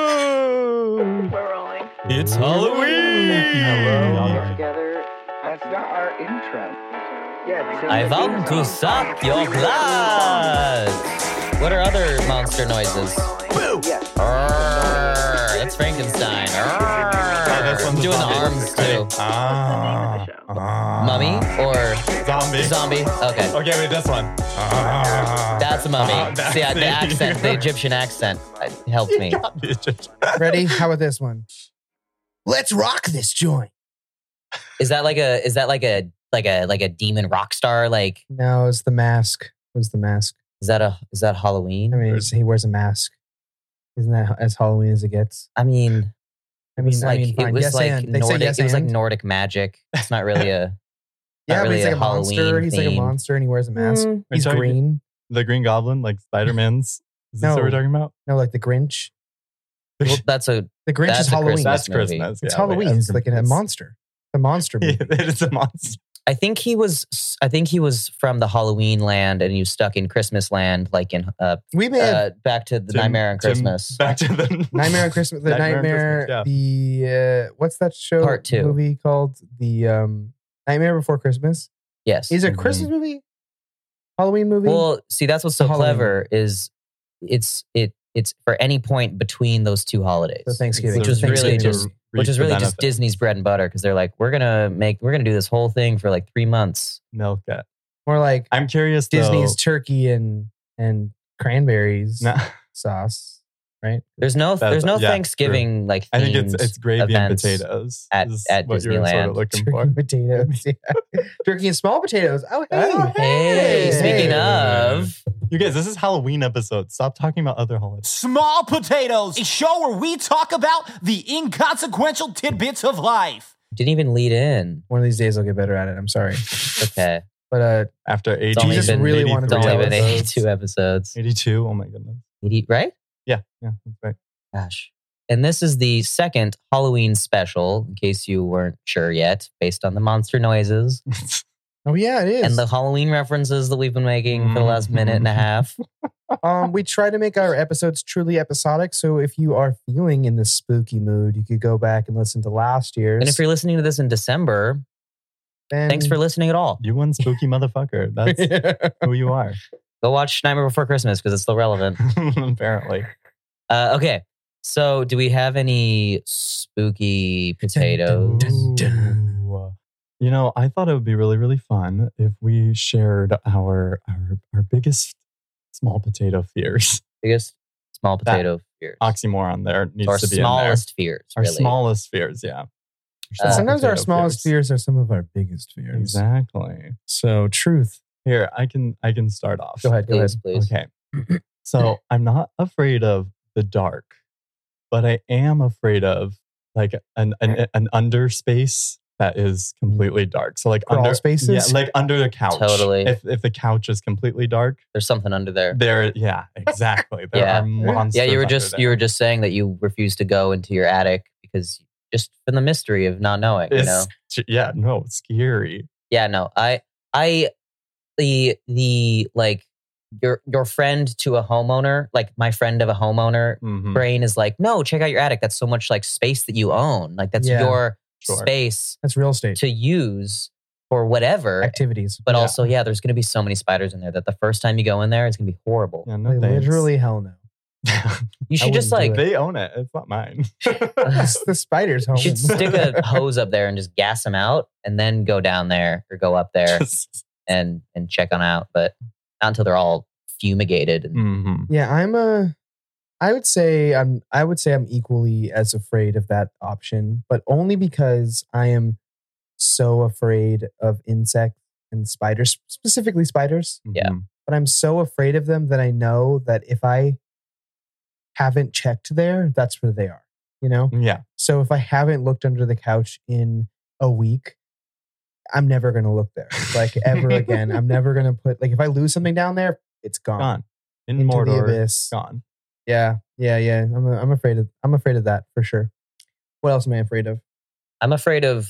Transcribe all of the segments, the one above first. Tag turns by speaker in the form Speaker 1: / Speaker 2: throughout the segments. Speaker 1: Ooh,
Speaker 2: We're rolling.
Speaker 1: it's Halloween.
Speaker 3: Hello.
Speaker 4: together.
Speaker 3: That's not our intro. Yeah, it's
Speaker 5: I want to suck your blood. What are other monster noises?
Speaker 4: Yes.
Speaker 5: Arr, that's Frankenstein. Arr.
Speaker 1: Oh, this one's
Speaker 5: I'm
Speaker 1: a
Speaker 5: doing the
Speaker 1: zombie.
Speaker 5: arms
Speaker 1: Ready?
Speaker 5: too.
Speaker 1: Ah,
Speaker 2: That's the name of the
Speaker 1: ah.
Speaker 5: Mummy or
Speaker 1: Zombie.
Speaker 5: zombie? Okay,
Speaker 1: Okay, wait, this one. Ah,
Speaker 5: that's a mummy.
Speaker 1: Ah, that's
Speaker 5: See, I-
Speaker 1: it.
Speaker 5: the accent, the Egyptian accent, uh, helped me.
Speaker 6: Ready? How about this one? Let's rock this joint.
Speaker 5: Is that like a? Is that like a? Like a like a demon rock star? Like
Speaker 6: No, it's the mask. It was the mask.
Speaker 5: is that a is that
Speaker 6: I
Speaker 5: Halloween?
Speaker 6: mean, it's- he wears a mask. Isn't that as Halloween as it gets?
Speaker 5: I mean,
Speaker 6: I
Speaker 5: it
Speaker 6: mean,
Speaker 5: was like
Speaker 6: I mean,
Speaker 5: it
Speaker 6: fine.
Speaker 5: was
Speaker 6: yes
Speaker 5: like
Speaker 6: and. They say
Speaker 5: Nordic.
Speaker 6: yes
Speaker 5: it was like
Speaker 6: and.
Speaker 5: Nordic magic. It's not really a.
Speaker 6: yeah,
Speaker 5: not
Speaker 6: but he's
Speaker 5: really
Speaker 6: like a
Speaker 5: a
Speaker 6: monster.
Speaker 5: Halloween
Speaker 6: He's like a
Speaker 5: theme.
Speaker 6: monster, and he wears a mask.
Speaker 5: Mm.
Speaker 6: He's
Speaker 1: Are you talking-
Speaker 6: green.
Speaker 1: the Green Goblin, like Spider Man's. Is this
Speaker 6: No.
Speaker 1: what we're talking about?
Speaker 6: No, like the Grinch.
Speaker 5: Well, that's a
Speaker 6: The Grinch
Speaker 5: That's
Speaker 6: is
Speaker 5: a
Speaker 6: Halloween.
Speaker 5: Christmas.
Speaker 1: That's
Speaker 5: movie.
Speaker 1: Christmas.
Speaker 6: It's
Speaker 1: yeah, wait,
Speaker 6: Halloween.
Speaker 1: that's-
Speaker 6: It's like a
Speaker 1: it's-
Speaker 6: monster. The monster movie.
Speaker 1: It is a monster.
Speaker 5: I think he was. I think he was from the Halloween land, and he was stuck in Christmas land, like in uh,
Speaker 6: We may have
Speaker 5: uh back to the
Speaker 1: Jim-
Speaker 5: Nightmare on
Speaker 1: Jim-
Speaker 5: Christmas.
Speaker 1: Back to the
Speaker 6: Nightmare on Christmas. The
Speaker 1: Nightmare on
Speaker 6: Nightmare.
Speaker 1: Christmas,
Speaker 6: The uh, what's that show?
Speaker 5: Part two.
Speaker 6: movie called the um, Nightmare Before Christmas.
Speaker 5: yes.
Speaker 6: Is it a
Speaker 1: Mhm.
Speaker 6: Christmas movie? Halloween movie?
Speaker 5: Mm-hmm. well, see, that's what's so
Speaker 6: Halloween.
Speaker 5: clever is it's it it's for any point between those two holidays,
Speaker 6: So Thanksgiving,
Speaker 5: which is really
Speaker 6: Thanksgiving
Speaker 5: just
Speaker 6: movie.
Speaker 1: reap
Speaker 5: which is
Speaker 1: the
Speaker 5: really just
Speaker 1: benefit.
Speaker 5: Disney's bread and butter because they're like, we're gonna make we're gonna do this whole thing for like three months.
Speaker 1: milk it.
Speaker 6: more like
Speaker 1: I'm curious.
Speaker 6: Disney's
Speaker 1: Though,
Speaker 6: turkey and and cranberries
Speaker 1: No,
Speaker 6: sauce.
Speaker 5: There's no
Speaker 1: That's-
Speaker 5: there's no
Speaker 1: yeah, true.
Speaker 5: Thanksgiving like.
Speaker 1: I think it's
Speaker 5: themed
Speaker 1: it's gravy
Speaker 5: events.
Speaker 1: and potatoes
Speaker 5: at-
Speaker 1: is
Speaker 5: at
Speaker 1: what You're sort
Speaker 5: Disneyland.
Speaker 1: of looking
Speaker 6: Turkey
Speaker 1: for.
Speaker 6: and potatoes. Yeah. turkey and small potatoes. Oh hey.
Speaker 1: Oh,
Speaker 5: Hey,
Speaker 6: Hey.
Speaker 5: speaking of,
Speaker 1: You guys, this is Halloween episode. Stop talking about other holidays.
Speaker 7: Small Potatoes, a show where we talk about the inconsequential tidbits of life.
Speaker 5: didn't even lead in.
Speaker 6: One of these days I'll get better at it. I'm sorry.
Speaker 5: Okay,
Speaker 6: But uh
Speaker 1: After 80,
Speaker 5: only
Speaker 6: Jesus
Speaker 5: been-
Speaker 6: really wanted
Speaker 5: it's
Speaker 6: to
Speaker 5: only
Speaker 6: tell
Speaker 5: been
Speaker 6: us.
Speaker 5: 82 episodes.
Speaker 1: 82. Oh my goodness.
Speaker 5: 80, right?
Speaker 1: Yeah, yeah, that's right.
Speaker 5: Gosh. And this is the second Halloween special, in case you weren't sure yet, based on the monster noises
Speaker 6: oh yeah, it is.
Speaker 5: and the Halloween references that we've been making for the last
Speaker 1: Mhm.
Speaker 5: minute and a half.
Speaker 6: um, we try to make our episodes truly episodic. So if you are feeling in the spooky mood, you could go back and listen to last year's.
Speaker 5: And if you're listening to this in December,
Speaker 6: then-
Speaker 5: thanks for listening at all.
Speaker 1: You one spooky motherfucker. That's who you are,
Speaker 5: Go watch Nightmare Before Christmas because it's still relevant.
Speaker 1: apparently.
Speaker 5: Uh, okay. So, do we have any spooky potatoes?
Speaker 6: Dun, dun.
Speaker 1: Ooh. You know, I thought it would be really, really fun if we shared our our, our biggest small potato fears.
Speaker 5: Biggest small potato fears.
Speaker 1: Oxymoron there needs
Speaker 5: Our
Speaker 1: to be
Speaker 5: smallest fears.
Speaker 1: in there.
Speaker 5: Really.
Speaker 1: Our smallest fears, yeah.
Speaker 5: Uh,
Speaker 6: Sometimes our
Speaker 1: potato
Speaker 6: smallest fears. are some of our biggest fears.
Speaker 1: Exactly.
Speaker 6: So truth.
Speaker 1: Here, I can I can start off.
Speaker 6: Go ahead. Go ahead.
Speaker 5: please, please.
Speaker 1: Okay. So I'm not afraid of the dark, but I am afraid of like an an, an underspace that is completely dark. So like
Speaker 6: Crawl
Speaker 1: under
Speaker 6: spaces?
Speaker 1: yeah, like under the couch.
Speaker 5: Mm. Totally.
Speaker 1: If if the couch is completely dark,
Speaker 5: There's something under there.
Speaker 1: there, yeah, exactly. There
Speaker 5: Yeah.
Speaker 1: are monsters.
Speaker 5: Yeah, you were
Speaker 1: under
Speaker 5: just
Speaker 1: there.
Speaker 5: you were just saying that you refused to go into your attic because just from the mystery of not knowing, you
Speaker 1: It's-
Speaker 5: know.
Speaker 1: yeah, no, scary.
Speaker 5: Yeah, no. I I the the like your your friend to a homeowner, like my friend of a homeowner
Speaker 6: Mm.
Speaker 1: Mhm.
Speaker 5: brain is like, "No, check out your attic. That's so much like space that you own. Like that's
Speaker 6: Yeah,
Speaker 5: your
Speaker 1: sure.
Speaker 5: space
Speaker 6: That's real estate
Speaker 5: to use for whatever."
Speaker 6: activities.
Speaker 5: But
Speaker 1: Yeah.
Speaker 5: also, yeah, there's going to be so many spiders in there that the first time you go in there, it's going to be horrible.
Speaker 1: Yeah, no
Speaker 6: Like,
Speaker 1: thanks.
Speaker 6: literally, hell no.
Speaker 5: You should just
Speaker 6: wouldn't
Speaker 5: like
Speaker 6: do
Speaker 1: they own it. It's not mine.
Speaker 6: It's the spider's home.
Speaker 5: You should stick a hose up there and just gas them out, and then go down there or go up there
Speaker 1: Just-
Speaker 5: and and check them out. But not until they're all fumigated. And
Speaker 1: Mhm.
Speaker 6: Yeah, I'm a. I would say I'm. I would say I'm equally as afraid of that option, but only because I am so afraid of insects and spiders, specifically spiders.
Speaker 5: Yeah.
Speaker 1: Mhm.
Speaker 6: But I'm so afraid of them that I know that if I haven't checked there, that's where they are. You
Speaker 5: Mm.
Speaker 6: know.
Speaker 1: Yeah.
Speaker 6: So if I haven't looked under the couch in a week, I'm never gonna look there like ever again. I'm never gonna put like if I lose something down there, it's gone.
Speaker 1: Gone. In
Speaker 6: Into the
Speaker 1: Mordor.
Speaker 6: abyss.
Speaker 1: Gone.
Speaker 6: Yeah, yeah, yeah. I'm I'm afraid of I'm afraid of that for sure. What else am I afraid of?
Speaker 5: I'm afraid of.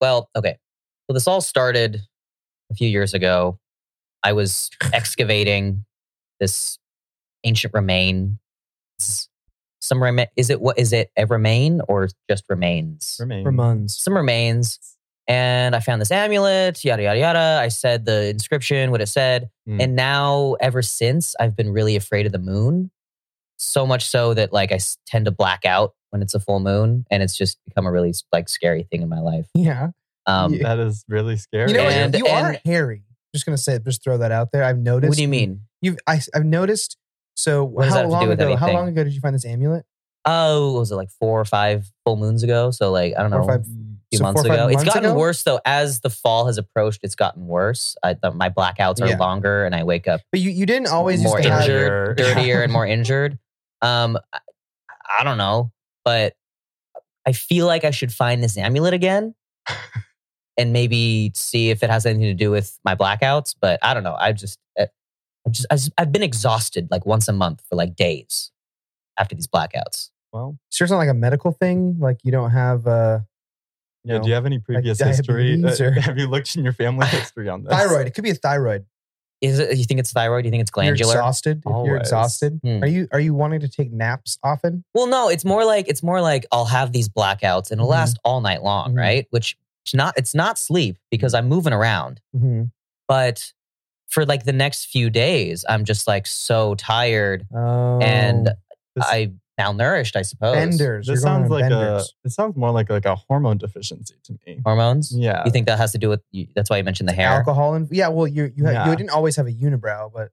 Speaker 5: Well, okay. So this all started a few years ago. I was excavating this ancient remain some rema- is it what is it a remain or just remains?
Speaker 1: Remain.
Speaker 6: Ramones.
Speaker 5: Some remains. And I found this amulet, yada yada yada. I said the inscription, what it said.
Speaker 6: Hmm.
Speaker 1: Mm.
Speaker 5: And now ever since I've been really afraid of the moon. So much so that like I s- tend to black out when it's a full moon and it's just become a really like scary thing in my life.
Speaker 6: Yeah.
Speaker 5: Um
Speaker 6: Yeah.
Speaker 1: That is really scary. Mm.
Speaker 6: You know, what?
Speaker 5: And-
Speaker 6: you are
Speaker 5: and-
Speaker 6: hairy. Just gonna say, just throw that out there. I've noticed.
Speaker 5: what do you mean?
Speaker 6: You've I, I've noticed. So
Speaker 5: does that
Speaker 6: how
Speaker 5: have to
Speaker 6: long
Speaker 5: do with
Speaker 6: ago? How
Speaker 5: anything?
Speaker 6: long ago did you find this amulet?
Speaker 5: Oh, what was it like four or five full moons ago? So like I don't know.
Speaker 6: Four or five
Speaker 1: Mm.
Speaker 5: few
Speaker 6: So
Speaker 5: months
Speaker 6: four or five
Speaker 5: ago. It's
Speaker 6: months
Speaker 5: gotten
Speaker 6: ago?
Speaker 5: worse though. As the fall has approached, it's gotten worse. I, the, my blackouts are
Speaker 6: Yeah.
Speaker 5: longer, and I wake up
Speaker 6: But you, you didn't always
Speaker 5: more
Speaker 6: used to have.
Speaker 1: injured.
Speaker 5: injured,
Speaker 1: Yeah.
Speaker 5: dirtier, and more injured. Um, I, I don't know, but I feel like I should find this amulet again, and maybe see if it has anything to do with my blackouts. But I don't know. I just, I just, I just I've been exhausted like once a month for like days after these blackouts.
Speaker 1: Well,
Speaker 6: Sure, it's not like a medical thing. Like you don't have uh,
Speaker 1: yeah.
Speaker 6: know,
Speaker 1: do you have any previous history? Uh,
Speaker 6: diabetes or-
Speaker 1: have you looked in your family history on this?
Speaker 6: thyroid. It could be a thyroid.
Speaker 5: Is it? You think it's thyroid? You think it's glandular?
Speaker 6: You're exhausted. If you're
Speaker 1: Always.
Speaker 6: exhausted.
Speaker 5: Hmm.
Speaker 6: Are you are you wanting to take naps often?
Speaker 5: Well, no, it's more like it's more like I'll have these blackouts and it'll
Speaker 6: Mhm.
Speaker 5: last all night long,
Speaker 6: Mhm.
Speaker 5: right? Which it's not it's not sleep because I'm moving around,
Speaker 6: Mm-hmm.
Speaker 5: but for like the next few days, I'm just like so tired
Speaker 6: Oh.
Speaker 5: and
Speaker 1: This-
Speaker 5: I malnourished, I suppose.
Speaker 6: benders.
Speaker 1: This
Speaker 6: You're going
Speaker 1: sounds
Speaker 6: on
Speaker 1: like
Speaker 6: benders.
Speaker 1: a. It sounds more like like a hormone deficiency to me.
Speaker 5: Hormones.
Speaker 1: Yeah.
Speaker 5: You think that has to do with? You, that's why you mentioned the hair.
Speaker 6: alcohol and yeah. Well, you you, had,
Speaker 1: Yeah.
Speaker 6: you didn't always have a unibrow, but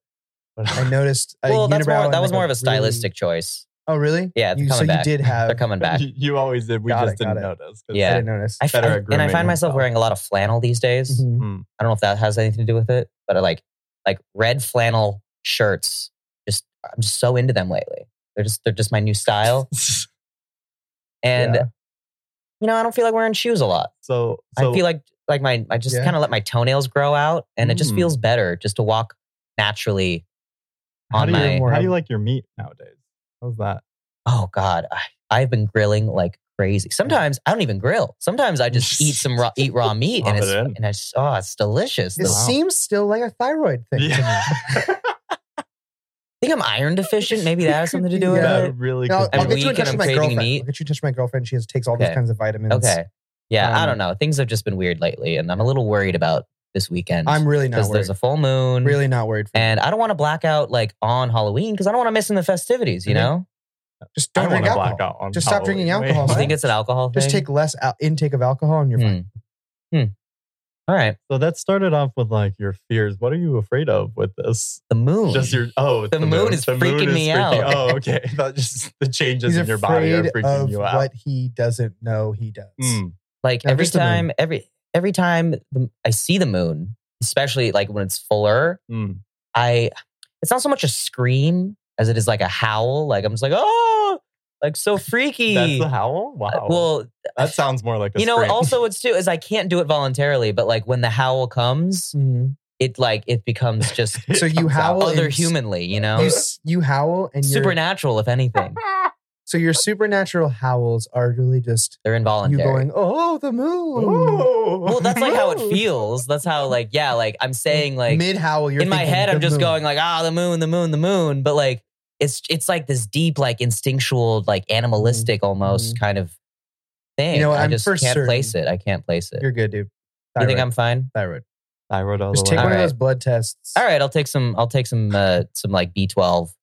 Speaker 1: But-
Speaker 6: I noticed. A
Speaker 5: Well, that's
Speaker 6: unibrow
Speaker 5: more,
Speaker 6: and
Speaker 5: that was
Speaker 6: like
Speaker 5: more of a
Speaker 6: really-
Speaker 5: stylistic choice.
Speaker 6: oh, really?
Speaker 5: Yeah, they're
Speaker 6: You, so
Speaker 5: coming back.
Speaker 6: you did have.
Speaker 5: They're coming back.
Speaker 1: You, you always did. We
Speaker 6: Got
Speaker 1: just
Speaker 6: it, got
Speaker 1: didn't
Speaker 6: it.
Speaker 1: notice. 'cause-
Speaker 5: Yeah.
Speaker 6: I didn't notice.
Speaker 5: I f-
Speaker 1: better
Speaker 5: I-
Speaker 1: at
Speaker 5: and I
Speaker 1: grooming
Speaker 5: find myself
Speaker 1: himself.
Speaker 5: wearing a lot of flannel these days.
Speaker 6: Mhm.
Speaker 1: Mm.
Speaker 5: I don't know if that has anything to do with it, but I like like red flannel shirts. Just I'm just so into them lately. They're just they're just my new style. And
Speaker 6: Yeah.
Speaker 5: you know, I don't feel like wearing shoes a lot.
Speaker 1: So, so
Speaker 5: I feel like like my I just
Speaker 6: Yeah.
Speaker 5: kind of let my toenails grow out and it just
Speaker 1: Mm.
Speaker 5: feels better just to walk naturally
Speaker 1: how
Speaker 5: on
Speaker 1: do you
Speaker 5: my
Speaker 1: how do you like your meat nowadays? How's that?
Speaker 5: Oh god, I, I've been grilling like crazy. Sometimes I don't even grill. Sometimes I just eat some raw eat raw meat and
Speaker 1: Pop
Speaker 5: it's
Speaker 1: it in.
Speaker 5: and it's oh, it's delicious.
Speaker 6: It
Speaker 5: The-
Speaker 1: Wow.
Speaker 6: seems still like a thyroid thing. to me.
Speaker 5: I think I'm iron deficient. Maybe that has something to do with
Speaker 6: Yeah.
Speaker 5: it.
Speaker 1: that really.
Speaker 6: And I'll,
Speaker 1: could
Speaker 6: I'll
Speaker 5: I'm
Speaker 1: be-
Speaker 6: get you in
Speaker 5: weak
Speaker 6: touch
Speaker 5: and
Speaker 6: with
Speaker 5: I'm
Speaker 6: my
Speaker 5: craving
Speaker 6: girlfriend.
Speaker 5: meat.
Speaker 6: I'll get you in touch with my girlfriend. She has, takes all these
Speaker 5: Okay.
Speaker 6: kinds of vitamins.
Speaker 5: Okay. Yeah, I
Speaker 6: Um,
Speaker 5: don't know. Things have just been weird lately, and I'm a little worried about this weekend.
Speaker 6: I'm really not
Speaker 5: because
Speaker 6: worried.
Speaker 5: there's a full moon,
Speaker 6: really not worried. For you.
Speaker 5: and I don't want to black out like on Halloween because I don't want to miss in the festivities. You
Speaker 6: Mhm.
Speaker 5: know,
Speaker 6: Just
Speaker 1: I
Speaker 6: don't
Speaker 1: want
Speaker 6: drink
Speaker 1: to
Speaker 6: alcohol.
Speaker 1: black out on.
Speaker 6: Just stop drinking
Speaker 1: Halloween.
Speaker 6: alcohol.
Speaker 5: do
Speaker 1: Wait,
Speaker 5: you
Speaker 6: What?
Speaker 5: think it's an alcohol thing?
Speaker 6: Just take less al- intake of alcohol, and you're fine.
Speaker 5: Hmm. Hmm. All right,
Speaker 1: So that started off with like your fears. What are you afraid of with this?
Speaker 5: the moon.
Speaker 1: Just your oh, it's
Speaker 5: The moon is freaking me out.
Speaker 1: Oh, okay. That just the changes
Speaker 6: He's
Speaker 1: in your body are
Speaker 6: afraid
Speaker 1: freaking
Speaker 6: of
Speaker 1: you out.
Speaker 6: what he doesn't know he does.
Speaker 5: Hmm.
Speaker 1: Mm.
Speaker 5: like
Speaker 6: No,
Speaker 5: every
Speaker 6: just the moon.
Speaker 5: time, every every time the, I see the moon, especially like when it's fuller,
Speaker 1: Mm.
Speaker 5: I it's not so much a scream as it is like a howl. Like I'm just like oh, like so freaky. Uh,
Speaker 1: That's the howl. Wow.
Speaker 5: well,
Speaker 1: that sounds more like a
Speaker 5: you know
Speaker 1: scream.
Speaker 5: also what's too is i can't do it voluntarily but like when the howl comes
Speaker 6: Mhm.
Speaker 5: it like it becomes just
Speaker 6: So you
Speaker 1: Comes out.
Speaker 6: howl.
Speaker 5: other
Speaker 6: and s-
Speaker 5: humanly you know
Speaker 6: You, s- you howl, and your
Speaker 5: supernatural if anything
Speaker 6: so your supernatural howls are really just
Speaker 5: they're
Speaker 6: you
Speaker 5: involuntary
Speaker 6: going, "Oh, the moon."
Speaker 1: Ooh.
Speaker 5: well that's like how it
Speaker 6: Whoa.
Speaker 5: feels that's how like yeah like i'm saying like
Speaker 6: mid howl.
Speaker 5: in my head i'm just going like ah the moon the moon the moon but like it's it's like this deep like instinctual like animalistic almost
Speaker 6: Mhm.
Speaker 5: kind of thing
Speaker 6: You know what,
Speaker 5: i
Speaker 6: I'm
Speaker 5: just
Speaker 6: for
Speaker 5: can't place it
Speaker 6: certain-
Speaker 5: i can't place it
Speaker 6: "You're good, dude."
Speaker 5: you
Speaker 6: Thyroid.
Speaker 5: think i'm fine
Speaker 6: thyroid?
Speaker 1: Thyroid all
Speaker 6: Just
Speaker 1: the
Speaker 6: take
Speaker 1: way.
Speaker 6: one
Speaker 5: Alright.
Speaker 6: of those blood tests.
Speaker 5: all right i'll take some i'll take some uh some like b12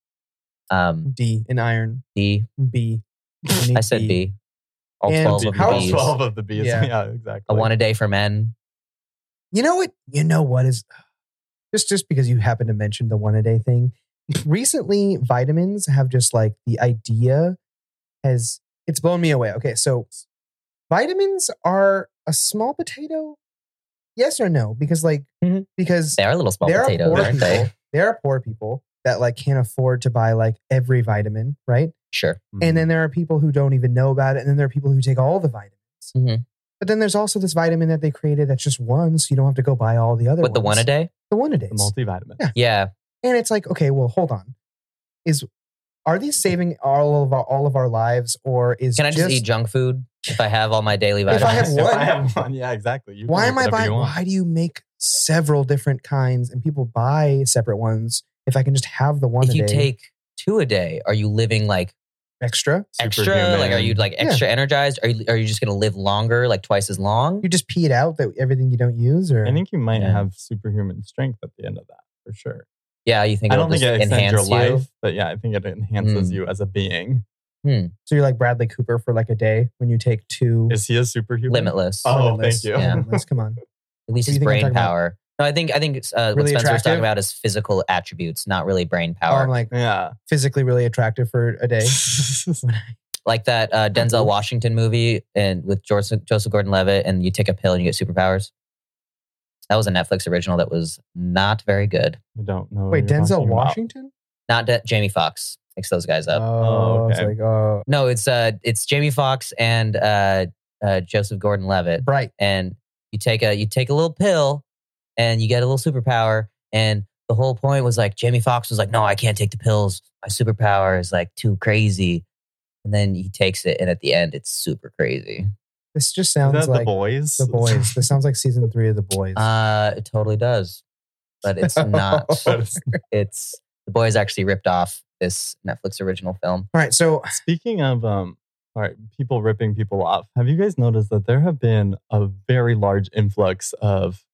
Speaker 5: um
Speaker 6: D in iron.
Speaker 5: d
Speaker 6: B. You need
Speaker 5: I said B. All
Speaker 6: And
Speaker 5: 12 of
Speaker 6: how-
Speaker 5: the B's.
Speaker 1: Twelve of the bees.
Speaker 6: Yeah.
Speaker 1: Yeah, exactly.
Speaker 5: A one a day for men.
Speaker 6: You know what? You know what is just just because you happen to mention the one a day thing. Recently, vitamins have just like the idea has it's blown me away. Okay, so vitamins are a small potato. Yes or no? Because like
Speaker 5: Mhm.
Speaker 6: because
Speaker 5: They are little small
Speaker 6: there are
Speaker 5: potatoes,
Speaker 6: poor
Speaker 5: aren't they?
Speaker 6: people. There are poor people that like can't afford to buy like every vitamin, right?
Speaker 5: Sure.
Speaker 6: And then there are people who don't even know about it. And then there are people who take all the vitamins.
Speaker 5: Mhm.
Speaker 6: But then there's also this vitamin that they created that's just one, so you don't have to go buy all the other
Speaker 5: With the one a day?
Speaker 6: The one a day.
Speaker 1: the multivitamin.
Speaker 6: Yeah.
Speaker 5: Yeah.
Speaker 6: And it's like, okay, well, hold on. Is are these saving all of our all of our lives or is
Speaker 5: Can I just, eat junk food if I have all my daily
Speaker 6: If
Speaker 5: vitamins?
Speaker 6: I have
Speaker 1: If
Speaker 6: one-
Speaker 1: I have one, yeah, exactly. You can
Speaker 6: why
Speaker 1: make
Speaker 6: am I
Speaker 1: whatever
Speaker 6: buying
Speaker 1: you want.
Speaker 6: why do you make several different kinds and people buy separate ones if I can just have the one
Speaker 5: if
Speaker 6: a
Speaker 5: you
Speaker 6: day?
Speaker 5: take two a day, are you living like
Speaker 6: extra.
Speaker 5: extra? Like, are you like
Speaker 6: Yeah.
Speaker 5: extra energized? Are you are you just gonna live longer, like twice as long?
Speaker 6: You just pee it out that everything you don't use, or
Speaker 1: I think you might
Speaker 5: Yeah.
Speaker 1: have superhuman strength at the end of that for sure.
Speaker 5: yeah, you think
Speaker 1: I
Speaker 5: it'll
Speaker 1: don't think
Speaker 5: just
Speaker 1: it extends
Speaker 5: enhance
Speaker 1: your
Speaker 5: you?
Speaker 1: life, but yeah, I think it enhances
Speaker 5: Mm.
Speaker 1: you as a being.
Speaker 6: so. You're like Bradley Cooper for like a day when you take two.
Speaker 1: Is he a superhuman?
Speaker 5: Limitless.
Speaker 1: Oh,
Speaker 6: Sorry, Liz.
Speaker 1: thank you.
Speaker 5: Yeah.
Speaker 6: Liz, come on.
Speaker 5: At least
Speaker 6: What do
Speaker 5: his
Speaker 6: you think I'm
Speaker 5: brain
Speaker 6: talking about?
Speaker 5: power. No, I think I think uh, what
Speaker 6: Really
Speaker 5: Spencer was
Speaker 6: attractive?
Speaker 5: talking about is physical attributes, not really brain
Speaker 6: Oh,
Speaker 5: power.
Speaker 6: I'm like
Speaker 1: Yeah.
Speaker 6: physically really attractive for a
Speaker 1: Oh,
Speaker 6: day.
Speaker 5: like that
Speaker 6: Oh,
Speaker 5: uh, Denzel Washington movie and with Joseph, Joseph Gordon-Levitt, and you take a pill and you get superpowers. That was a Netflix original that was not very good.
Speaker 1: I don't know. what
Speaker 6: Wait,
Speaker 1: you're
Speaker 6: Denzel
Speaker 1: talking about.
Speaker 6: Washington?
Speaker 5: Not De- Jamie Foxx picks those guys
Speaker 6: Oh,
Speaker 5: up.
Speaker 6: it's
Speaker 1: okay.
Speaker 6: like oh,
Speaker 5: no, it's uh, it's Jamie Foxx and uh, uh, Joseph Gordon-Levitt,
Speaker 6: bright.
Speaker 5: and you take a you take a little pill, and you get a little superpower. And the whole point was like Jamie Foxx was like, "No, I can't take the pills. My superpower is like too crazy." And then he takes it, and at the end, it's super crazy.
Speaker 6: This just
Speaker 1: Is
Speaker 6: sounds
Speaker 1: that
Speaker 6: like
Speaker 1: the boys?
Speaker 6: The boys. This sounds like season three of the boys.
Speaker 5: Uh, it totally does, but it's not.
Speaker 1: But it's-
Speaker 5: it's the boys actually ripped off this Netflix original film.
Speaker 6: All right, so
Speaker 1: Speaking of um, all right, people ripping people off. Have you guys noticed that there have been a very large influx of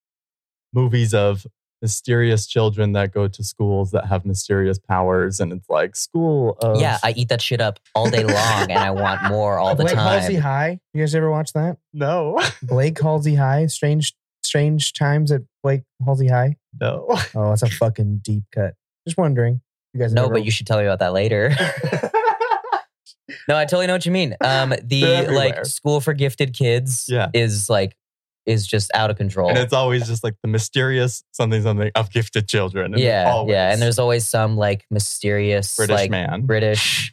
Speaker 1: movies of mysterious children that go to schools that have mysterious powers, and it's like school of
Speaker 5: Yeah, I eat that shit up all day long, and I want more all the
Speaker 6: Blake Halsey
Speaker 5: time.
Speaker 6: High. You guys ever watch that?
Speaker 1: no,
Speaker 6: Blake Halsey High. Strange, strange times at Blake Halsey High.
Speaker 1: no.
Speaker 6: Oh, that's a fucking deep cut. Just wondering. You guys
Speaker 5: No,
Speaker 6: ever-
Speaker 5: but you should tell me about that later. no, I totally know what you mean. Um,
Speaker 1: They're
Speaker 5: the
Speaker 1: everywhere.
Speaker 5: like school for gifted kids
Speaker 1: Yeah.
Speaker 5: is like is just out of control.
Speaker 1: And it's always just like the mysterious something something of gifted children. And
Speaker 5: yeah,
Speaker 1: always
Speaker 5: yeah, and there's always some like mysterious
Speaker 1: British
Speaker 5: like
Speaker 1: man
Speaker 5: British.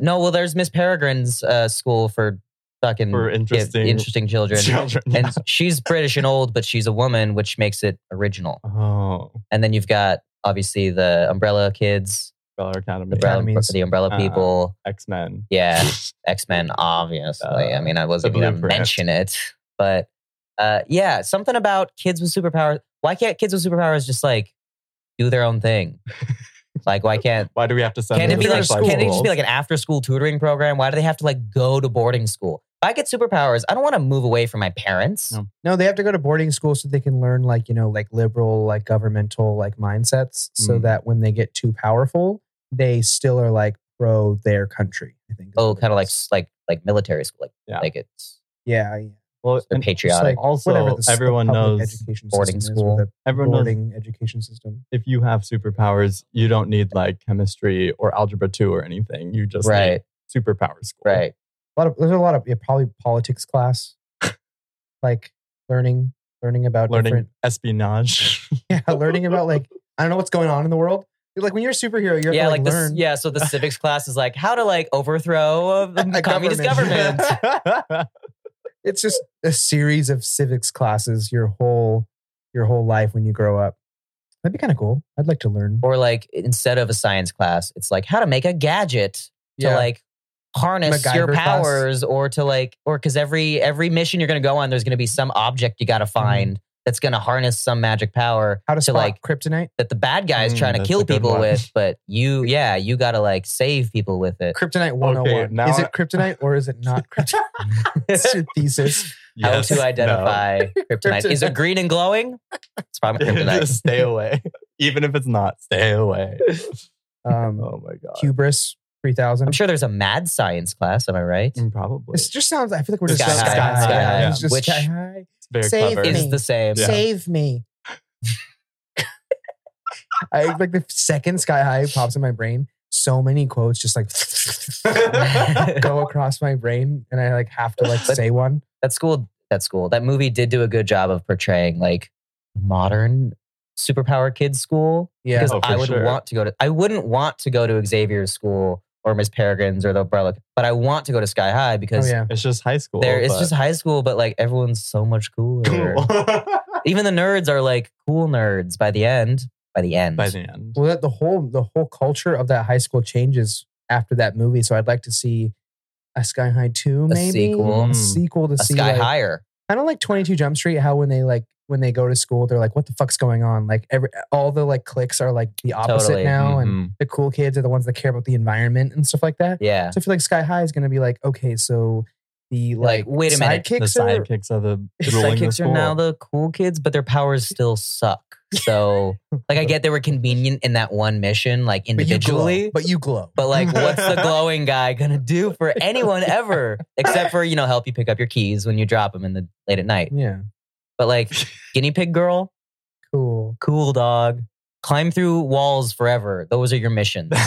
Speaker 5: no, well, there's Miss Peregrine's uh, school for fucking
Speaker 1: for
Speaker 5: give
Speaker 1: interesting,
Speaker 5: interesting children.
Speaker 1: children.
Speaker 5: And
Speaker 1: yeah.
Speaker 5: she's British and old, but she's a woman, which makes it original.
Speaker 1: oh,
Speaker 5: And then you've got obviously the Umbrella Kids,
Speaker 1: Dollar Academy,
Speaker 5: the Umbrella,
Speaker 6: Academies.
Speaker 5: the umbrella
Speaker 1: Uh,
Speaker 5: People.
Speaker 1: X Men.
Speaker 5: Yeah, X Men, obviously. I mean, I wasn't
Speaker 1: the
Speaker 5: going to
Speaker 1: blueprint.
Speaker 5: mention it, but uh, yeah, something about kids with superpowers. Why can't kids with superpowers just like do their own thing? like, why can't?
Speaker 1: Why do we have to send
Speaker 5: Can
Speaker 1: them
Speaker 5: it be
Speaker 1: to
Speaker 5: like?
Speaker 1: specialized
Speaker 5: Can it just be
Speaker 1: schools?
Speaker 5: like an after-school tutoring program? Why do they have to like go to boarding school? If I get superpowers, I don't want to move away from my parents.
Speaker 1: No.
Speaker 6: No, they have to go to boarding school so they can learn like, you know, like liberal, like governmental like mindsets so
Speaker 1: Mm.
Speaker 6: that when they get too powerful, they still are like pro their country. I think. is
Speaker 5: Oh,
Speaker 6: what it
Speaker 5: kind of like
Speaker 6: is.
Speaker 5: like like military school, like
Speaker 1: Yeah.
Speaker 5: like it's
Speaker 6: yeah, yeah.
Speaker 1: Well,
Speaker 5: they're
Speaker 1: and
Speaker 6: Just
Speaker 5: patriotic.
Speaker 6: like
Speaker 1: also,
Speaker 6: whatever the s- the
Speaker 1: everyone
Speaker 6: public
Speaker 1: knows
Speaker 6: education
Speaker 5: boarding
Speaker 6: system is, or
Speaker 5: school.
Speaker 6: the
Speaker 1: everyone knows
Speaker 6: boarding education system.
Speaker 1: if you have superpowers, you don't need like chemistry or algebra two or anything. You just
Speaker 5: right,
Speaker 1: need superpower school.
Speaker 5: right.
Speaker 6: A lot of there's a lot of yeah, probably politics class, like learning learning about
Speaker 1: Learning
Speaker 6: different
Speaker 1: espionage.
Speaker 6: yeah learning about like I don't know what's going on in the world. You're like when you're a superhero, you have
Speaker 5: Yeah,
Speaker 6: to
Speaker 5: like,
Speaker 6: like,
Speaker 5: this.
Speaker 6: learn.
Speaker 5: Yeah, so the civics class is like how to like overthrow a,
Speaker 6: A
Speaker 5: communist
Speaker 6: government.
Speaker 5: government.
Speaker 6: It's just a series of civics classes your whole your whole life when you grow up. That'd be kind of cool. I'd like to learn.
Speaker 5: or like instead of a science class, it's like how to make a gadget to like harness
Speaker 6: MacGyver
Speaker 5: your
Speaker 6: class.
Speaker 5: powers, or to like, or because every every mission you're gonna go on, there's gonna be some object you gotta
Speaker 1: Mm-hmm.
Speaker 5: find that's gonna harness some magic power
Speaker 6: how to
Speaker 5: to
Speaker 6: spot
Speaker 5: like
Speaker 6: kryptonite.
Speaker 5: that the bad guy is
Speaker 1: Mm,
Speaker 5: trying to
Speaker 1: that's a
Speaker 5: kill
Speaker 1: good
Speaker 5: people
Speaker 1: one.
Speaker 5: with, but you, yeah, you gotta like save people with it.
Speaker 6: Kryptonite 101.
Speaker 1: Okay, now
Speaker 6: is
Speaker 1: I-
Speaker 6: it kryptonite or is it not kryptonite? It's your thesis.
Speaker 5: How
Speaker 1: Yes,
Speaker 5: to
Speaker 1: no.
Speaker 5: identify kryptonite. Is it green and glowing? It's probably
Speaker 1: Just
Speaker 5: kryptonite.
Speaker 1: stay away. Even if it's not, stay away.
Speaker 6: Um,
Speaker 1: oh my god.
Speaker 6: hubris
Speaker 5: I'm
Speaker 6: 3000.
Speaker 5: sure there's a mad science class. Am I right?
Speaker 1: Mm, Probably.
Speaker 6: This just sounds, I feel like we're just
Speaker 5: Sky
Speaker 6: sky,
Speaker 5: high,
Speaker 6: high.
Speaker 1: sky high,
Speaker 6: It's
Speaker 5: yeah.
Speaker 6: just
Speaker 5: Which-
Speaker 6: sky high.
Speaker 1: It's very
Speaker 6: save
Speaker 1: clever.
Speaker 6: me.
Speaker 5: Is the same.
Speaker 1: Yeah.
Speaker 6: Save me. I like the second sky high pops in my brain. So many quotes just like go across my brain, and I like have to like
Speaker 5: But-
Speaker 6: say one.
Speaker 5: that school that school that movie did do a good job of portraying like modern superpower kids school
Speaker 6: Yeah.
Speaker 5: because
Speaker 1: Oh, for
Speaker 5: i would
Speaker 1: sure.
Speaker 5: want to go to i wouldn't want to go to xavier's school or miss peregrine's or the umbrella but i want to go to sky high
Speaker 6: Oh,
Speaker 5: because
Speaker 6: yeah.
Speaker 1: It's just high school.
Speaker 5: there it's
Speaker 1: but-
Speaker 5: just high school but like everyone's so much cooler even the nerds are like cool nerds by the end by the end
Speaker 1: By the end.
Speaker 6: Well, that the whole the whole culture of that high school changes after that movie. So I'd like to see a Sky High two,
Speaker 5: A
Speaker 6: maybe
Speaker 5: sequel.
Speaker 1: Mm.
Speaker 5: Hmm.
Speaker 6: a sequel to
Speaker 5: a
Speaker 6: see
Speaker 5: sky
Speaker 6: like,
Speaker 5: higher
Speaker 6: kind of like Twenty Two Jump Street. How when they like when they go to school, they're like, "What the fuck's going on?" Like every all the like cliques are like the opposite
Speaker 5: Totally. Mm-hmm.
Speaker 6: now, and
Speaker 1: Mhm.
Speaker 6: the cool kids are the ones that care about the environment and stuff like that.
Speaker 5: Yeah.
Speaker 6: So I feel like Sky High is going to be like, okay, so the like,
Speaker 5: Like, wait a minute,
Speaker 1: the
Speaker 6: sidekicks are
Speaker 1: sidekicks are the
Speaker 5: The
Speaker 1: ruling the
Speaker 5: sidekicks
Speaker 1: school.
Speaker 5: are now the cool kids, but their powers still suck. So, like, I get they were convenient in that one mission, like
Speaker 6: but you glow,
Speaker 5: individually. But,
Speaker 6: but you glow.
Speaker 5: like, what's the glowing guy gonna do for anyone ever, except for you know help you pick up your keys when you drop them in the late at night?
Speaker 6: yeah,
Speaker 5: But like, guinea pig girl,
Speaker 6: cool.
Speaker 5: cool dog, climb through walls forever. Those are your missions.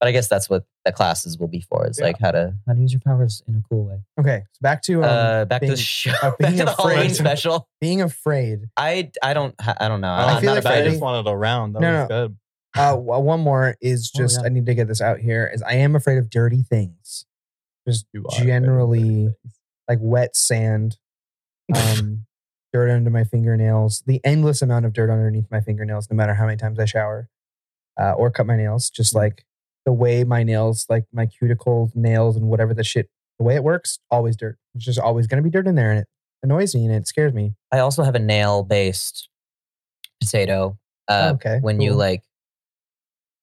Speaker 5: But I guess that's what the classes will be for. Is like how to how to use your powers in a cool way.
Speaker 6: Okay, so back to um,
Speaker 5: uh, back to
Speaker 6: being-
Speaker 5: the show.
Speaker 6: uh,
Speaker 5: back
Speaker 6: being
Speaker 5: to the Halloween
Speaker 6: afraid.
Speaker 5: special.
Speaker 6: being afraid.
Speaker 5: I I don't I don't know.
Speaker 6: Oh,
Speaker 1: I,
Speaker 5: I'm
Speaker 1: feel
Speaker 5: not
Speaker 1: like Uh, I
Speaker 5: afraid.
Speaker 1: just wanted a round. That
Speaker 6: No,
Speaker 1: was good.
Speaker 6: Uh, w- one more is
Speaker 5: Oh,
Speaker 6: just
Speaker 5: yeah.
Speaker 6: I need to get this out here. Is I am afraid of dirty things, just
Speaker 1: You are
Speaker 6: generally like wet sand, um, dirt under my fingernails, the endless amount of dirt underneath my fingernails, no matter how many times I shower uh, or cut my nails. Just like the way my nails, like my cuticle nails and whatever the shit, the way it works, always dirt. There's just always gonna be dirt in there, and it annoys me and it scares me.
Speaker 5: I also have a nail based potato. Uh,
Speaker 6: Oh, okay,
Speaker 5: When you
Speaker 6: cool.
Speaker 5: like,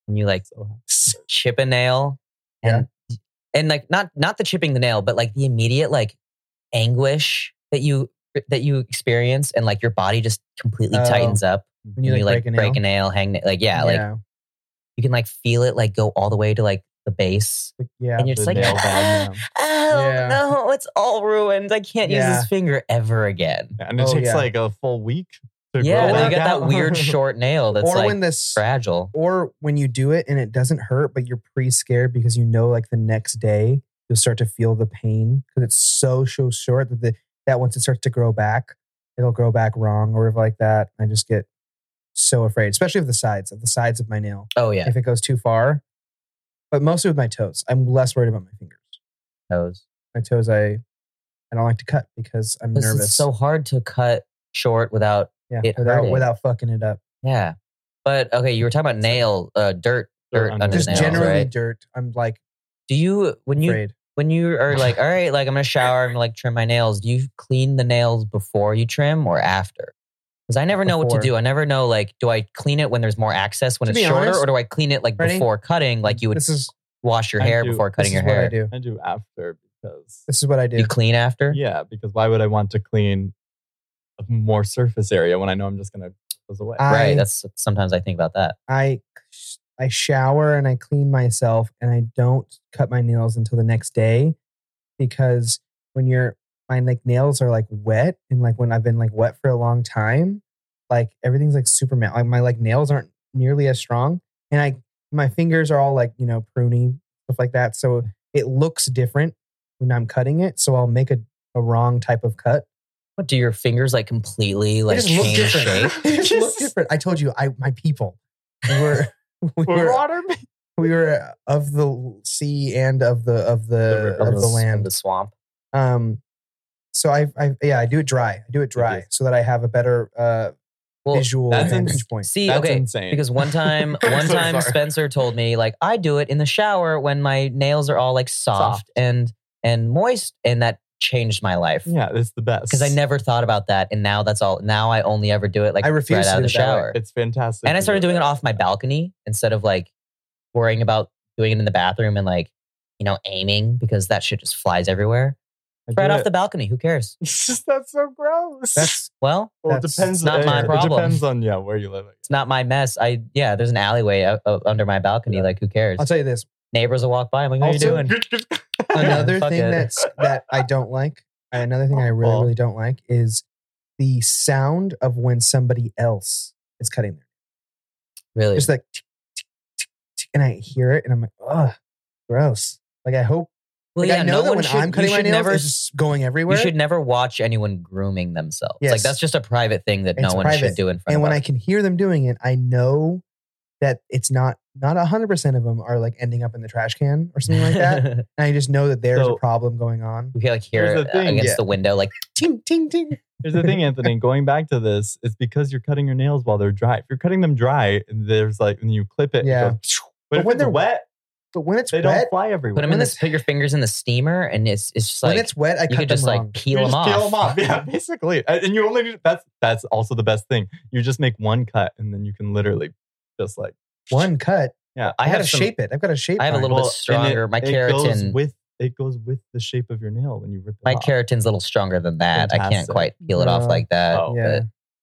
Speaker 5: when you like
Speaker 1: So,
Speaker 5: chip a nail, and and like not not the chipping the nail, but like the immediate like anguish that you that you experience, and like your body just completely
Speaker 6: Oh.
Speaker 5: tightens up.
Speaker 6: When you, like, break, a nail.
Speaker 5: hang na- like yeah, like you can like feel it like go all the way to like the base,
Speaker 6: like, yeah.
Speaker 5: and you're just
Speaker 1: the
Speaker 5: like.
Speaker 1: nail bed,
Speaker 5: "Ah, Oh
Speaker 6: Yeah.
Speaker 5: no, it's all ruined. I can't use
Speaker 6: Yeah.
Speaker 5: this finger ever again.
Speaker 1: and it
Speaker 6: Oh,
Speaker 1: takes
Speaker 6: yeah.
Speaker 1: like a full week to
Speaker 5: Yeah,
Speaker 1: grow
Speaker 5: and
Speaker 1: back
Speaker 5: then you got
Speaker 1: out.
Speaker 5: that weird short nail that's
Speaker 6: or
Speaker 5: like
Speaker 6: when this
Speaker 5: fragile.
Speaker 6: or when you do it and it doesn't hurt, but you're pre scared because you know, like the next day, you'll start to feel the pain because it's so so short that the that once it starts to grow back, it'll grow back wrong or whatever like that. I just get so afraid, especially of the sides of the sides of my nail
Speaker 5: Oh yeah,
Speaker 6: if it goes too far. But mostly with my toes, I'm less worried about my fingers.
Speaker 5: toes.
Speaker 6: My toes, I I don't like to cut because I'm
Speaker 5: This
Speaker 6: nervous.
Speaker 5: is so hard to cut short without.
Speaker 6: yeah,
Speaker 5: it
Speaker 6: without
Speaker 5: hurting.
Speaker 6: without fucking it up.
Speaker 5: Yeah, but okay, you were talking about nail, uh, dirt, dirt
Speaker 1: Dirt
Speaker 5: under,
Speaker 1: under
Speaker 5: the
Speaker 6: Just
Speaker 5: nails,
Speaker 1: nails,
Speaker 6: generally
Speaker 5: right?
Speaker 6: dirt. I'm like
Speaker 5: Do you when you
Speaker 6: afraid.
Speaker 5: when you are like, all right, like I'm gonna shower, I'm gonna like trim my nails. Do you clean the nails before you trim or after? Because I never know what
Speaker 6: Before.
Speaker 5: to do. I never know like, do I clean it when there's more access when
Speaker 6: To
Speaker 5: it's
Speaker 6: be
Speaker 5: shorter,
Speaker 6: honest-
Speaker 5: or do I clean it like
Speaker 6: Ready?
Speaker 5: before cutting, like you would
Speaker 6: this is
Speaker 5: wash your
Speaker 1: I
Speaker 5: hair
Speaker 1: do-
Speaker 5: before cutting
Speaker 6: this
Speaker 5: your
Speaker 6: is what I
Speaker 5: hair?
Speaker 6: do.
Speaker 1: I do after because
Speaker 6: This is what I do.
Speaker 5: You clean after?
Speaker 1: yeah, because why would I want to clean more surface area when I know I'm just gonna goes away?
Speaker 6: I-
Speaker 5: Right. That's sometimes I think about that.
Speaker 6: I I shower and I clean myself and I don't cut my nails until the next day because when you're my like nails are like wet and like when I've been like wet for a long time, like everything's like super ma- Like my like nails aren't nearly as strong and I my fingers are all like you know pruny stuff like that. So it looks different when I'm cutting it. So I'll make a a wrong type of cut.
Speaker 5: What do your fingers like completely
Speaker 6: They
Speaker 5: like
Speaker 6: just look
Speaker 5: change shape?
Speaker 6: different. They just look different. I told you, I my people. We were we were
Speaker 1: water.
Speaker 6: we were of the sea and of the of the,
Speaker 1: river.
Speaker 6: of
Speaker 5: s-
Speaker 6: the land.
Speaker 5: the swamp.
Speaker 6: Um, so I, I yeah, I do it dry. I do it dry
Speaker 1: Yes.
Speaker 6: so that I have a better uh,
Speaker 5: Well,
Speaker 6: visual
Speaker 1: that's in-
Speaker 6: vantage point.
Speaker 5: see,
Speaker 1: That's
Speaker 5: okay,
Speaker 1: insane.
Speaker 5: because one time,
Speaker 1: I'm
Speaker 5: one
Speaker 1: so
Speaker 5: time
Speaker 1: sorry.
Speaker 5: Spencer told me like I do it in the shower when my nails are all like soft,
Speaker 1: Soft.
Speaker 5: and and moist, and that changed my life
Speaker 1: yeah, it's the best
Speaker 5: because I never thought about that, and now that's all. Now I only ever do it like
Speaker 6: I refuse
Speaker 5: right
Speaker 6: to
Speaker 5: out of
Speaker 6: do
Speaker 5: the
Speaker 6: it that way.
Speaker 5: shower,
Speaker 1: It's fantastic.
Speaker 5: and I
Speaker 1: to
Speaker 5: started
Speaker 1: do
Speaker 5: doing it
Speaker 1: that.
Speaker 5: off my balcony instead of like worrying about doing it in the bathroom and like you know aiming because that shit just flies everywhere.
Speaker 1: I do
Speaker 5: Right off
Speaker 1: it-
Speaker 5: the balcony, who cares?
Speaker 1: It's just that's so gross.
Speaker 6: That's
Speaker 5: Well,
Speaker 1: well, it
Speaker 6: that's
Speaker 1: depends.
Speaker 5: not my
Speaker 1: it
Speaker 5: problem.
Speaker 1: depends on yeah where you live.
Speaker 5: it's not my mess. I yeah, there's an alleyway uh, uh, under my balcony.
Speaker 1: Yeah.
Speaker 5: Like who cares?
Speaker 6: I'll tell you this.
Speaker 5: Neighbors will walk by. I'm like, what
Speaker 6: Also-
Speaker 5: are you doing?
Speaker 6: Another
Speaker 5: Fuck
Speaker 6: thing
Speaker 5: it.
Speaker 6: that's that I don't like. Another thing I really
Speaker 1: Awful.
Speaker 6: really don't like is the sound of when somebody else is cutting their.
Speaker 5: Really?
Speaker 6: Just like, tick, tick, tick, tick, and I hear it, and I'm like, ugh, gross. Like I hope.
Speaker 5: well,
Speaker 6: like I know that
Speaker 5: one
Speaker 6: when I'm cutting
Speaker 5: you
Speaker 6: my
Speaker 5: should
Speaker 6: nails,
Speaker 5: never,
Speaker 6: it's just going
Speaker 5: you
Speaker 6: everywhere.
Speaker 5: should never watch anyone grooming themselves. Like
Speaker 6: Yes.
Speaker 5: that's just a private thing that no
Speaker 6: It's
Speaker 5: one should
Speaker 6: private.
Speaker 5: do in front
Speaker 6: and
Speaker 5: of
Speaker 6: when I
Speaker 5: us.
Speaker 6: can hear them doing it, I know that it's not not hundred percent of them are like ending up in the trash can or something like that. and I just know that there's
Speaker 1: So-
Speaker 6: a problem going on.
Speaker 5: you can like hear
Speaker 1: Here's
Speaker 5: it
Speaker 1: the thing,
Speaker 5: against
Speaker 6: yeah.
Speaker 5: the window, like
Speaker 6: Ting ting ting.
Speaker 1: Here's the thing, Anthony. Going back to this, it's because you're cutting your nails while they're dry. If you're cutting them dry, there's like and you clip it. it
Speaker 6: Yeah.
Speaker 1: goes, but, if
Speaker 6: when
Speaker 1: it's
Speaker 6: they're
Speaker 1: wet,
Speaker 6: But when it's
Speaker 1: They
Speaker 6: wet,
Speaker 1: don't fly everywhere.
Speaker 5: Put them in
Speaker 6: When
Speaker 5: this. Put your fingers in the steamer, and it's it's just
Speaker 6: when
Speaker 5: like
Speaker 6: it's wet, I
Speaker 5: you
Speaker 6: cut
Speaker 5: could just
Speaker 6: them
Speaker 5: like
Speaker 6: wrong.
Speaker 5: peel
Speaker 1: You
Speaker 5: them
Speaker 1: just
Speaker 5: off.
Speaker 1: peel them off. Yeah, basically. And and you only need, that's that's also the best thing. You just make one cut and then you can literally just like
Speaker 6: one cut.
Speaker 1: yeah.
Speaker 6: I,
Speaker 5: I
Speaker 6: gotta
Speaker 5: have some-
Speaker 6: shape it. I've got to shape.
Speaker 5: I have a
Speaker 6: mine.
Speaker 5: little bit
Speaker 1: Well, and
Speaker 5: stronger. My
Speaker 1: goes
Speaker 5: keratin,
Speaker 1: with it goes with the shape of your nail when you rip it
Speaker 5: my
Speaker 1: off.
Speaker 5: keratin's a little stronger than that. I can't
Speaker 1: Fantastic.
Speaker 5: quite peel it off
Speaker 6: Yeah.
Speaker 5: like that.
Speaker 1: Oh.
Speaker 6: Yeah.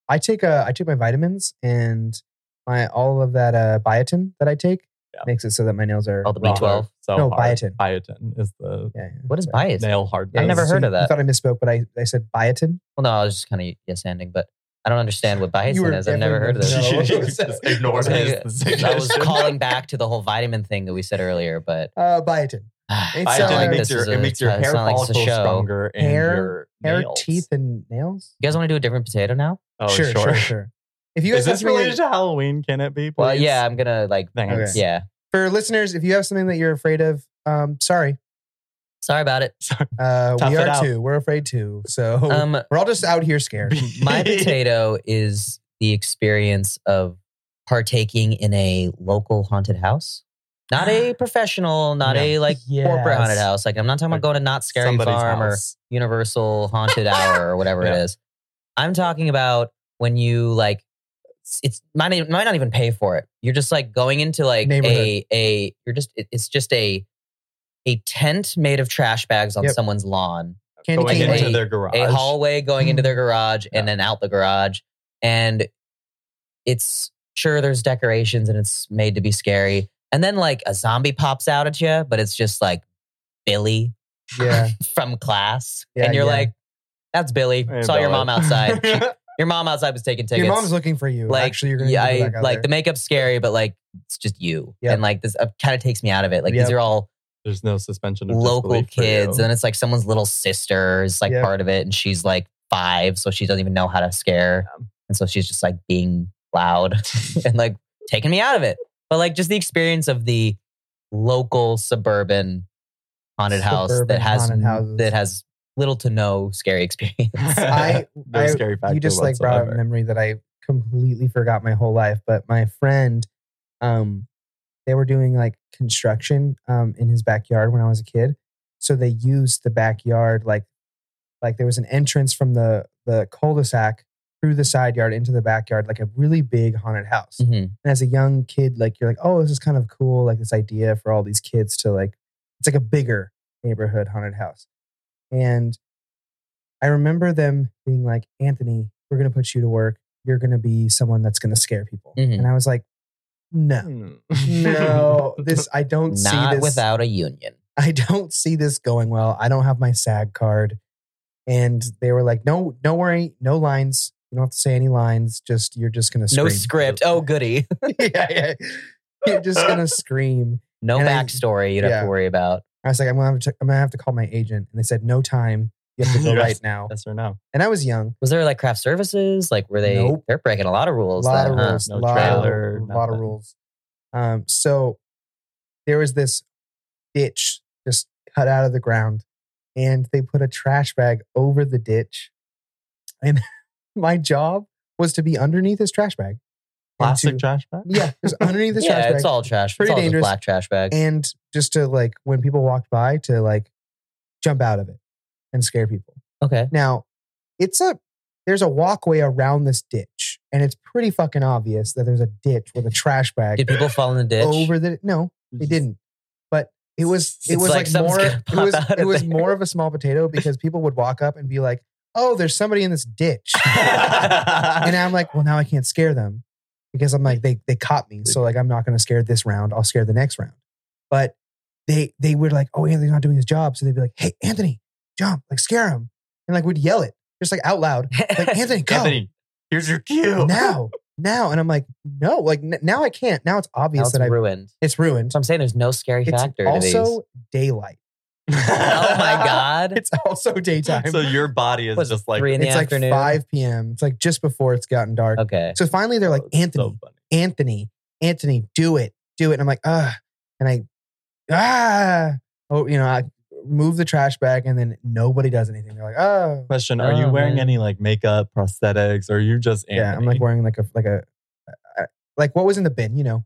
Speaker 6: I take uh, I take my vitamins and my all of that uh, biotin that I take
Speaker 1: Yeah.
Speaker 6: makes it so that my nails are.
Speaker 5: but all the B12.
Speaker 1: So
Speaker 6: No,
Speaker 1: hard.
Speaker 6: biotin.
Speaker 1: Biotin is the
Speaker 6: yeah, yeah.
Speaker 5: What is
Speaker 6: Sorry.
Speaker 5: bias?
Speaker 1: nail hardness.
Speaker 5: I've
Speaker 6: Yeah,
Speaker 5: never
Speaker 6: so
Speaker 5: heard
Speaker 6: you-
Speaker 5: of
Speaker 6: You
Speaker 5: that.
Speaker 6: thought I misspoke, but I, I said biotin.
Speaker 5: Well, no, I was just kind of yes ending, but I don't understand what
Speaker 6: You were
Speaker 5: biotin is. I've never heard of
Speaker 6: definitely-
Speaker 5: this.
Speaker 6: No.
Speaker 1: just ignore
Speaker 5: I was
Speaker 1: it.
Speaker 5: gonna- I was calling back to the whole vitamin thing that we said earlier, but
Speaker 6: Uh, biotin. It's,
Speaker 1: Biotin
Speaker 6: uh,
Speaker 5: like
Speaker 1: makes
Speaker 5: this
Speaker 1: your,
Speaker 5: is
Speaker 1: it
Speaker 5: a-
Speaker 1: makes your
Speaker 5: it's
Speaker 1: hair
Speaker 5: not like it's a
Speaker 1: follicles
Speaker 5: show.
Speaker 1: stronger and
Speaker 6: Hair-
Speaker 1: your
Speaker 6: Hair,
Speaker 1: nails.
Speaker 6: teeth, and nails.
Speaker 5: You guys want to do a different potato now?
Speaker 1: Oh,
Speaker 6: sure, sure, sure, If you guys
Speaker 1: Is
Speaker 6: have
Speaker 1: this
Speaker 6: something that-
Speaker 1: related to Halloween? Can it be? Please?
Speaker 5: Well, yeah, I'm gonna like,
Speaker 1: Thanks.
Speaker 6: Okay.
Speaker 5: yeah.
Speaker 6: for listeners, if you have something that you're afraid of, um, sorry,
Speaker 5: Sorry about it.
Speaker 6: uh,
Speaker 1: Tough
Speaker 6: we
Speaker 1: it
Speaker 6: are
Speaker 1: out.
Speaker 6: too. We're afraid too. So
Speaker 5: Um,
Speaker 6: we're all just out here scared.
Speaker 5: my potato is the experience of partaking in a local haunted house. Not a professional, not a like
Speaker 6: Yes.
Speaker 5: corporate haunted house. Like I'm not talking about
Speaker 1: Like
Speaker 5: going to Not Scary
Speaker 1: Somebody's
Speaker 5: Farm
Speaker 1: house.
Speaker 5: or Universal Haunted Hour or whatever it
Speaker 1: Yeah.
Speaker 5: is. I'm talking about when you like it's- it's might not, might not even pay for it. You're just like going into like
Speaker 6: Neighborhood.
Speaker 5: a a you're just it- it's just a a tent made of trash bags on
Speaker 6: Yep.
Speaker 5: someone's lawn
Speaker 6: Candy
Speaker 1: going
Speaker 6: cane
Speaker 5: Like
Speaker 1: into
Speaker 5: a-
Speaker 6: lane.
Speaker 1: their garage.
Speaker 5: a hallway going into their garage
Speaker 1: Yeah.
Speaker 5: and then out the garage. And it's sure there's decorations and it's made to be scary. And then like a zombie pops out at you, but it's just like Billy
Speaker 6: Yeah,
Speaker 5: from class.
Speaker 6: Yeah,
Speaker 5: and you're
Speaker 6: yeah.
Speaker 5: like, that's Billy.
Speaker 1: Hey,
Speaker 5: Saw your
Speaker 1: Billy.
Speaker 5: mom outside. She- your mom outside was taking tickets.
Speaker 6: your mom's looking for you.
Speaker 5: like,
Speaker 6: Actually, you're gonna
Speaker 5: yeah,
Speaker 6: need to go
Speaker 5: I,
Speaker 6: back out
Speaker 5: like the
Speaker 6: there.
Speaker 5: makeup's scary, but like it's just you.
Speaker 6: Yep.
Speaker 5: And like this kind of takes me out of it. Like
Speaker 6: Yep.
Speaker 5: these are all
Speaker 1: There's no suspension of
Speaker 5: local
Speaker 1: disbelief for
Speaker 5: kids.
Speaker 1: you.
Speaker 5: And then it's like someone's little sister is like
Speaker 6: Yeah.
Speaker 5: part of it, and she's like five, so she doesn't even know how to scare. And so she's just like being loud and like taking me out of it. But like just the experience of the local suburban haunted house
Speaker 6: Suburban
Speaker 5: that has
Speaker 6: haunted houses.
Speaker 5: that has little to no scary experience.
Speaker 6: I-
Speaker 1: no
Speaker 6: I-
Speaker 1: scary factor
Speaker 6: you just like brought up a
Speaker 1: whatsoever.
Speaker 6: memory that I completely forgot my whole life. But my friend, um, they were doing like construction um in his backyard when I was a kid. So they used the backyard like like there was an entrance from the the cul-de-sac through the side yard into the backyard, like a really big haunted house.
Speaker 5: Mhm.
Speaker 6: And as a young kid, like you're like, oh, this is kind of cool, like this idea for all these kids to like, it's like a bigger neighborhood haunted house. And I remember them being like, Anthony, we're gonna put you to work. You're gonna be someone that's gonna scare people.
Speaker 5: Mhm.
Speaker 6: And I was like, no,
Speaker 1: Hmm.
Speaker 6: no, this I don't see
Speaker 5: Not
Speaker 6: this.
Speaker 5: without a union.
Speaker 6: I don't see this going well. I don't have my SAG card. And they were like, no, no worry, no lines. You don't have to say any lines. Just you're just gonna scream.
Speaker 5: No script. Oh goody.
Speaker 6: yeah, yeah. You're just gonna scream.
Speaker 5: No
Speaker 6: And I-
Speaker 5: backstory you'd have
Speaker 6: yeah.
Speaker 5: to worry about.
Speaker 6: I was like, I'm gonna have to, I'm gonna have to call my agent, and they said, no time. You have to go
Speaker 1: Yes.
Speaker 6: right now.
Speaker 1: Yes or no?
Speaker 6: And I was young.
Speaker 5: Was there like craft services? Like were they
Speaker 6: Nope.
Speaker 5: they're breaking a lot of
Speaker 6: A
Speaker 5: rules.
Speaker 6: lot of
Speaker 5: then, huh?
Speaker 6: rules.
Speaker 1: No
Speaker 6: lot,
Speaker 1: trailer,
Speaker 6: a lot of
Speaker 1: nothing.
Speaker 6: rules. Um, so there was this ditch just cut out of the ground, and they put a trash bag over the ditch. And my job was to be underneath this trash bag. and
Speaker 1: Plastic
Speaker 6: to-
Speaker 1: trash bag?
Speaker 6: Yeah, just underneath this
Speaker 5: yeah,
Speaker 6: trash bag.
Speaker 5: it's all trash.
Speaker 6: Pretty
Speaker 5: it's all
Speaker 6: dangerous.
Speaker 5: just black trash bag.
Speaker 6: and just to like when people walked by to like jump out of it and scare people.
Speaker 5: okay.
Speaker 6: Now, it's a there's a walkway around this ditch, and it's pretty fucking obvious that there's a ditch with a trash bag
Speaker 5: Did people fall in the ditch?
Speaker 6: over the no, they didn't. But it was it
Speaker 5: It's
Speaker 6: was
Speaker 5: like
Speaker 6: like,
Speaker 5: something's
Speaker 6: more
Speaker 5: gonna
Speaker 6: it
Speaker 5: pop
Speaker 6: was
Speaker 5: out
Speaker 6: it
Speaker 5: of
Speaker 6: was
Speaker 5: there.
Speaker 6: more of a small potato because people would walk up and be like, "Oh, there's somebody in this ditch," and I'm like, "Well, now I can't scare them because I'm like they they caught me, so like I'm not going to scare this round. I'll scare the next round." But they they were like, "Oh, Anthony's not doing his job," so they'd be like, "Hey, Anthony, jump! Like scare him!" and like would yell it just like out loud, like Anthony, go
Speaker 1: Anthony, here's your cue.
Speaker 6: now, now, and I'm like, no, like n- now I can't. Now it's
Speaker 5: Now
Speaker 6: obvious
Speaker 5: it's
Speaker 6: that I
Speaker 5: ruined.
Speaker 6: it's ruined.
Speaker 5: So I'm saying there's no scary
Speaker 6: It's
Speaker 5: factor to these.
Speaker 6: also daylight.
Speaker 5: Oh my god.
Speaker 6: It's also daytime.
Speaker 1: So your body is
Speaker 5: Was it
Speaker 1: just like
Speaker 5: three in the
Speaker 6: it's like
Speaker 5: afternoon.
Speaker 6: 5 p.m. It's like just before it's gotten dark.
Speaker 5: Okay.
Speaker 6: So finally, they're like,
Speaker 1: Oh, it's
Speaker 6: Anthony,
Speaker 1: So funny.
Speaker 6: Anthony, Anthony, do it, do it. And I'm like, ah, and I, ah, oh, you know, I move the trash bag, and then nobody does anything. They're like, oh,
Speaker 1: Question: Are you
Speaker 5: Oh,
Speaker 1: wearing
Speaker 5: man.
Speaker 1: any like makeup, prosthetics, or are you just Anthony?
Speaker 6: yeah. I'm like wearing like a like a uh, like what was in the bin, you know,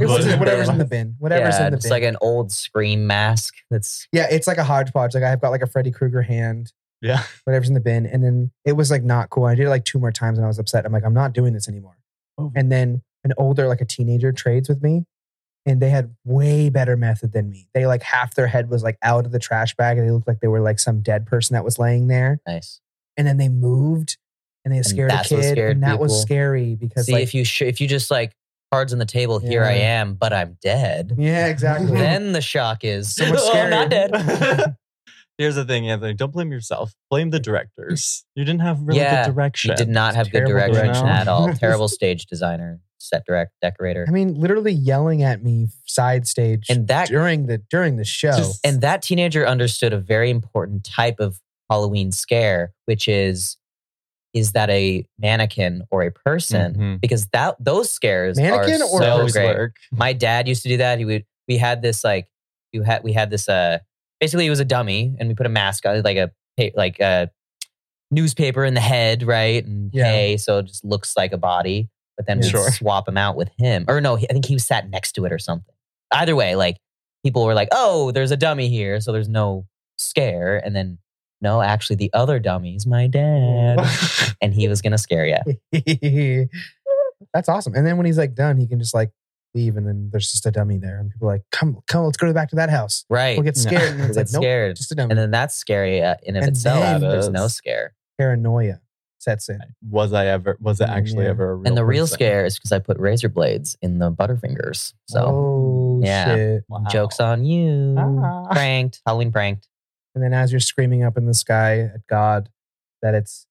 Speaker 6: It
Speaker 1: Whatever's
Speaker 6: was just
Speaker 1: in
Speaker 6: whatever's
Speaker 1: the
Speaker 6: in the bin. Whatever's
Speaker 5: yeah,
Speaker 6: in the
Speaker 5: it's
Speaker 6: bin.
Speaker 5: like an old scream mask. That's
Speaker 6: yeah, it's like a hodgepodge. Like I've got like a Freddy Krueger hand,
Speaker 1: Yeah.
Speaker 6: whatever's in the bin. And then it was like not cool. I did it like two more times and I was upset. I'm like, I'm not doing this anymore.
Speaker 1: Oh.
Speaker 6: And then an older, like a teenager, trades with me. And they had way better method than me. They like half their head was like out of the trash bag and they looked like they were like some dead person that was laying there.
Speaker 5: nice.
Speaker 6: And then they moved and they scared a
Speaker 5: that's what
Speaker 6: kid.
Speaker 5: scared
Speaker 6: and that was
Speaker 5: people.
Speaker 6: scary because
Speaker 5: See
Speaker 6: like,
Speaker 5: if you sh- if you just like cards on the table. Here I
Speaker 6: Yeah.
Speaker 5: am, but I'm dead.
Speaker 6: yeah, exactly.
Speaker 5: Then the shock is
Speaker 6: So much
Speaker 5: oh, I'm
Speaker 6: scarier.
Speaker 5: not dead.
Speaker 1: Here's the thing, Anthony. Don't blame yourself. Blame the directors. You didn't have really
Speaker 5: Yeah,
Speaker 1: good direction.
Speaker 5: She did not have good
Speaker 6: terrible
Speaker 5: direction
Speaker 1: design.
Speaker 5: at all. Terrible stage designer, set direct decorator,
Speaker 6: I mean, literally yelling at me side stage
Speaker 5: and that
Speaker 6: during the during the show.
Speaker 1: Just-
Speaker 5: and that teenager understood a very important type of Halloween scare, which is is that a mannequin or a person?
Speaker 1: Mhm.
Speaker 5: Because that those scares
Speaker 6: Mm-hmm. Mannequin
Speaker 5: are
Speaker 6: or
Speaker 1: They
Speaker 5: so
Speaker 1: always
Speaker 5: great.
Speaker 1: work.
Speaker 5: My dad used to do that. He would we had this like you had we had this uh basically it was a dummy and we put a mask on like a pa- like a newspaper in the head, right? And
Speaker 6: Yeah.
Speaker 5: hay, so it just looks like a body. But then we
Speaker 1: Sure.
Speaker 5: would swap him out with him. Or no, he- I think he sat next to it or something. Either way, like people were like, "Oh, there's a dummy here," so there's no scare. And then no, actually, the other dummy's my dad, and he was gonna scare you.
Speaker 6: That's awesome. And then when he's like done, he can just like leave, and then there's just a dummy there, and people are like, "Come, come, let's go back to that house."
Speaker 5: Right?
Speaker 6: We'll get
Speaker 1: Yeah.
Speaker 6: scared, and
Speaker 5: We'll
Speaker 6: it's like,
Speaker 5: get
Speaker 6: nope,
Speaker 5: scared.
Speaker 6: just a dummy.
Speaker 5: And then that's scary uh, in of
Speaker 6: Um, And
Speaker 5: itself.
Speaker 6: then-
Speaker 5: There's
Speaker 1: That
Speaker 5: no
Speaker 1: is.
Speaker 5: scare.
Speaker 6: Paranoia sets in.
Speaker 1: Was I ever? Was it
Speaker 6: Mm,
Speaker 1: actually
Speaker 6: yeah.
Speaker 1: ever? A real
Speaker 5: and the real
Speaker 1: person?
Speaker 5: scare is because I put razor blades in the butterfingers. So
Speaker 6: oh
Speaker 5: yeah.
Speaker 6: shit!
Speaker 1: Wow.
Speaker 5: jokes on you.
Speaker 1: Ah.
Speaker 5: Pranked. Halloween pranked.
Speaker 6: And then as you're screaming up in the sky at God that it's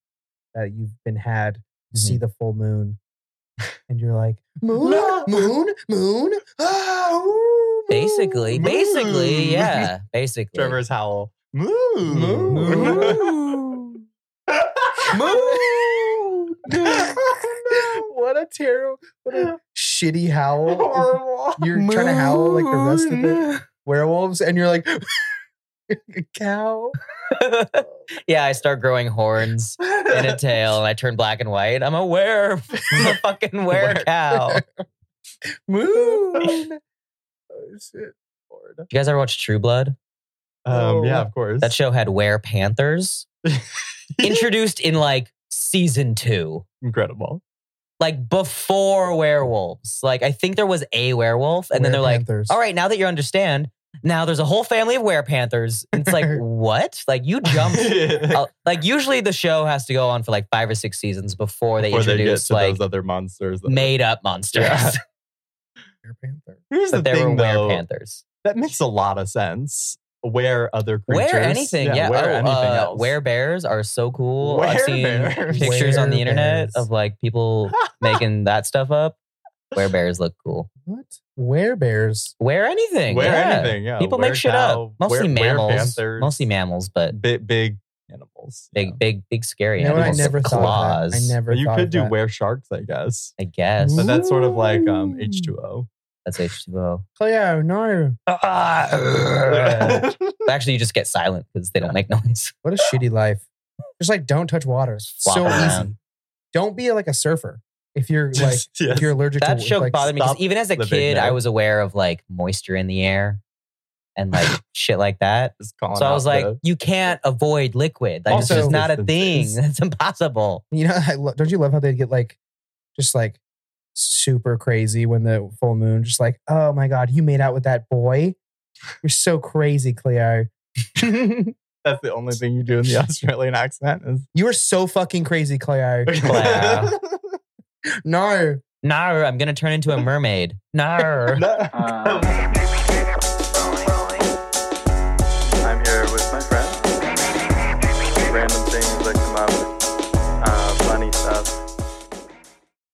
Speaker 6: that you've been had, you
Speaker 5: Mm-hmm.
Speaker 6: see the full moon, and you're like, "Moon, moon, moon!" Ah, ooh, moon,
Speaker 5: Basically,
Speaker 6: moon."
Speaker 5: basically, yeah. Basically.
Speaker 1: Trevor's howl. Moo.
Speaker 6: Moo. what a terrible, what a shitty howl. You're trying to howl like the rest of the werewolves, and you're like, a cow.
Speaker 5: yeah, I start growing horns and a tail, and I turn black and white. I'm a were, I'm a fucking were cow. Did
Speaker 6: Moon. oh, shit.
Speaker 5: you guys ever watch True Blood?
Speaker 1: Um, yeah, of course.
Speaker 5: Oh, That show had were panthers introduced in like season two.
Speaker 1: incredible.
Speaker 5: like before werewolves. Like I think there was a werewolf, and then they're like,
Speaker 6: Werepanthers.
Speaker 5: "All right, now that you understand, now there's a whole family of werepanthers." And it's like, what? Like you jumped. uh, like usually the show has to go on for like five or six seasons before they
Speaker 1: Before they get
Speaker 5: introduce
Speaker 1: to
Speaker 5: like
Speaker 1: those other monsters. that-
Speaker 5: made up monsters.
Speaker 1: Yeah.
Speaker 6: Were panther.
Speaker 1: Here's the
Speaker 5: but there were
Speaker 1: thing, though.
Speaker 5: werepanthers.
Speaker 1: That makes a lot of sense. Where other creatures?
Speaker 5: Wear anything, yeah.
Speaker 1: Wear
Speaker 5: oh,
Speaker 1: anything
Speaker 5: uh,
Speaker 1: else.
Speaker 5: Wear bears are so cool. I've
Speaker 1: Wear
Speaker 5: seen
Speaker 1: bears.
Speaker 5: pictures on the
Speaker 6: Wear
Speaker 5: internet
Speaker 6: bears.
Speaker 5: of like people making that stuff up. Wear bears look cool.
Speaker 6: What? Werebears.
Speaker 5: Wear anything.
Speaker 1: Wear
Speaker 5: yeah.
Speaker 1: anything. Yeah.
Speaker 5: People
Speaker 1: Wear
Speaker 5: make shit
Speaker 1: cow,
Speaker 5: up. Mostly
Speaker 1: wear- wear
Speaker 5: mammals.
Speaker 1: panthers,
Speaker 5: Mostly mammals, but
Speaker 1: Bi- big animals.
Speaker 5: big,
Speaker 1: yeah.
Speaker 5: big, big scary
Speaker 6: You know what? I
Speaker 5: animals.
Speaker 6: never
Speaker 5: Claws.
Speaker 6: thought of that. I never
Speaker 1: But you
Speaker 6: thought
Speaker 1: could
Speaker 6: of
Speaker 1: do
Speaker 6: that.
Speaker 1: wear sharks, I guess.
Speaker 5: I guess
Speaker 1: But that's sort of like um,
Speaker 6: Ooh.
Speaker 1: H2O.
Speaker 5: that's H two O.
Speaker 6: Cleo, no.
Speaker 5: uh, Actually, you just get silent because they don't make noise.
Speaker 6: What a shitty life. Just like don't touch water. It's
Speaker 5: Flop
Speaker 6: so
Speaker 5: around.
Speaker 6: easy. Don't be like a surfer. If you're like
Speaker 1: Just- yes.
Speaker 6: if you're allergic
Speaker 5: That
Speaker 6: to
Speaker 5: show
Speaker 6: like,
Speaker 5: bothered me because
Speaker 1: stop
Speaker 5: even as a
Speaker 1: living
Speaker 5: kid, I
Speaker 1: there.
Speaker 5: was aware of like moisture in the air and like shit like that.
Speaker 1: Just calling
Speaker 5: So I
Speaker 1: out
Speaker 5: was like,
Speaker 1: the-
Speaker 5: you can't avoid liquid. Like, it's
Speaker 6: Also-
Speaker 5: just not a thing.
Speaker 1: Distances.
Speaker 5: That's impossible.
Speaker 6: You know, I lo- don't you love how they get like, just like super crazy when the full moon, just like, oh my God, you made out with that boy. You're so crazy, Cleo. you
Speaker 1: that's the only thing you do in the Australian accent. Is-
Speaker 6: are so fucking crazy, Cleo. no.
Speaker 5: No, I'm gonna turn into a mermaid. No.
Speaker 3: Um, I'm here with my friends. Random things that come out of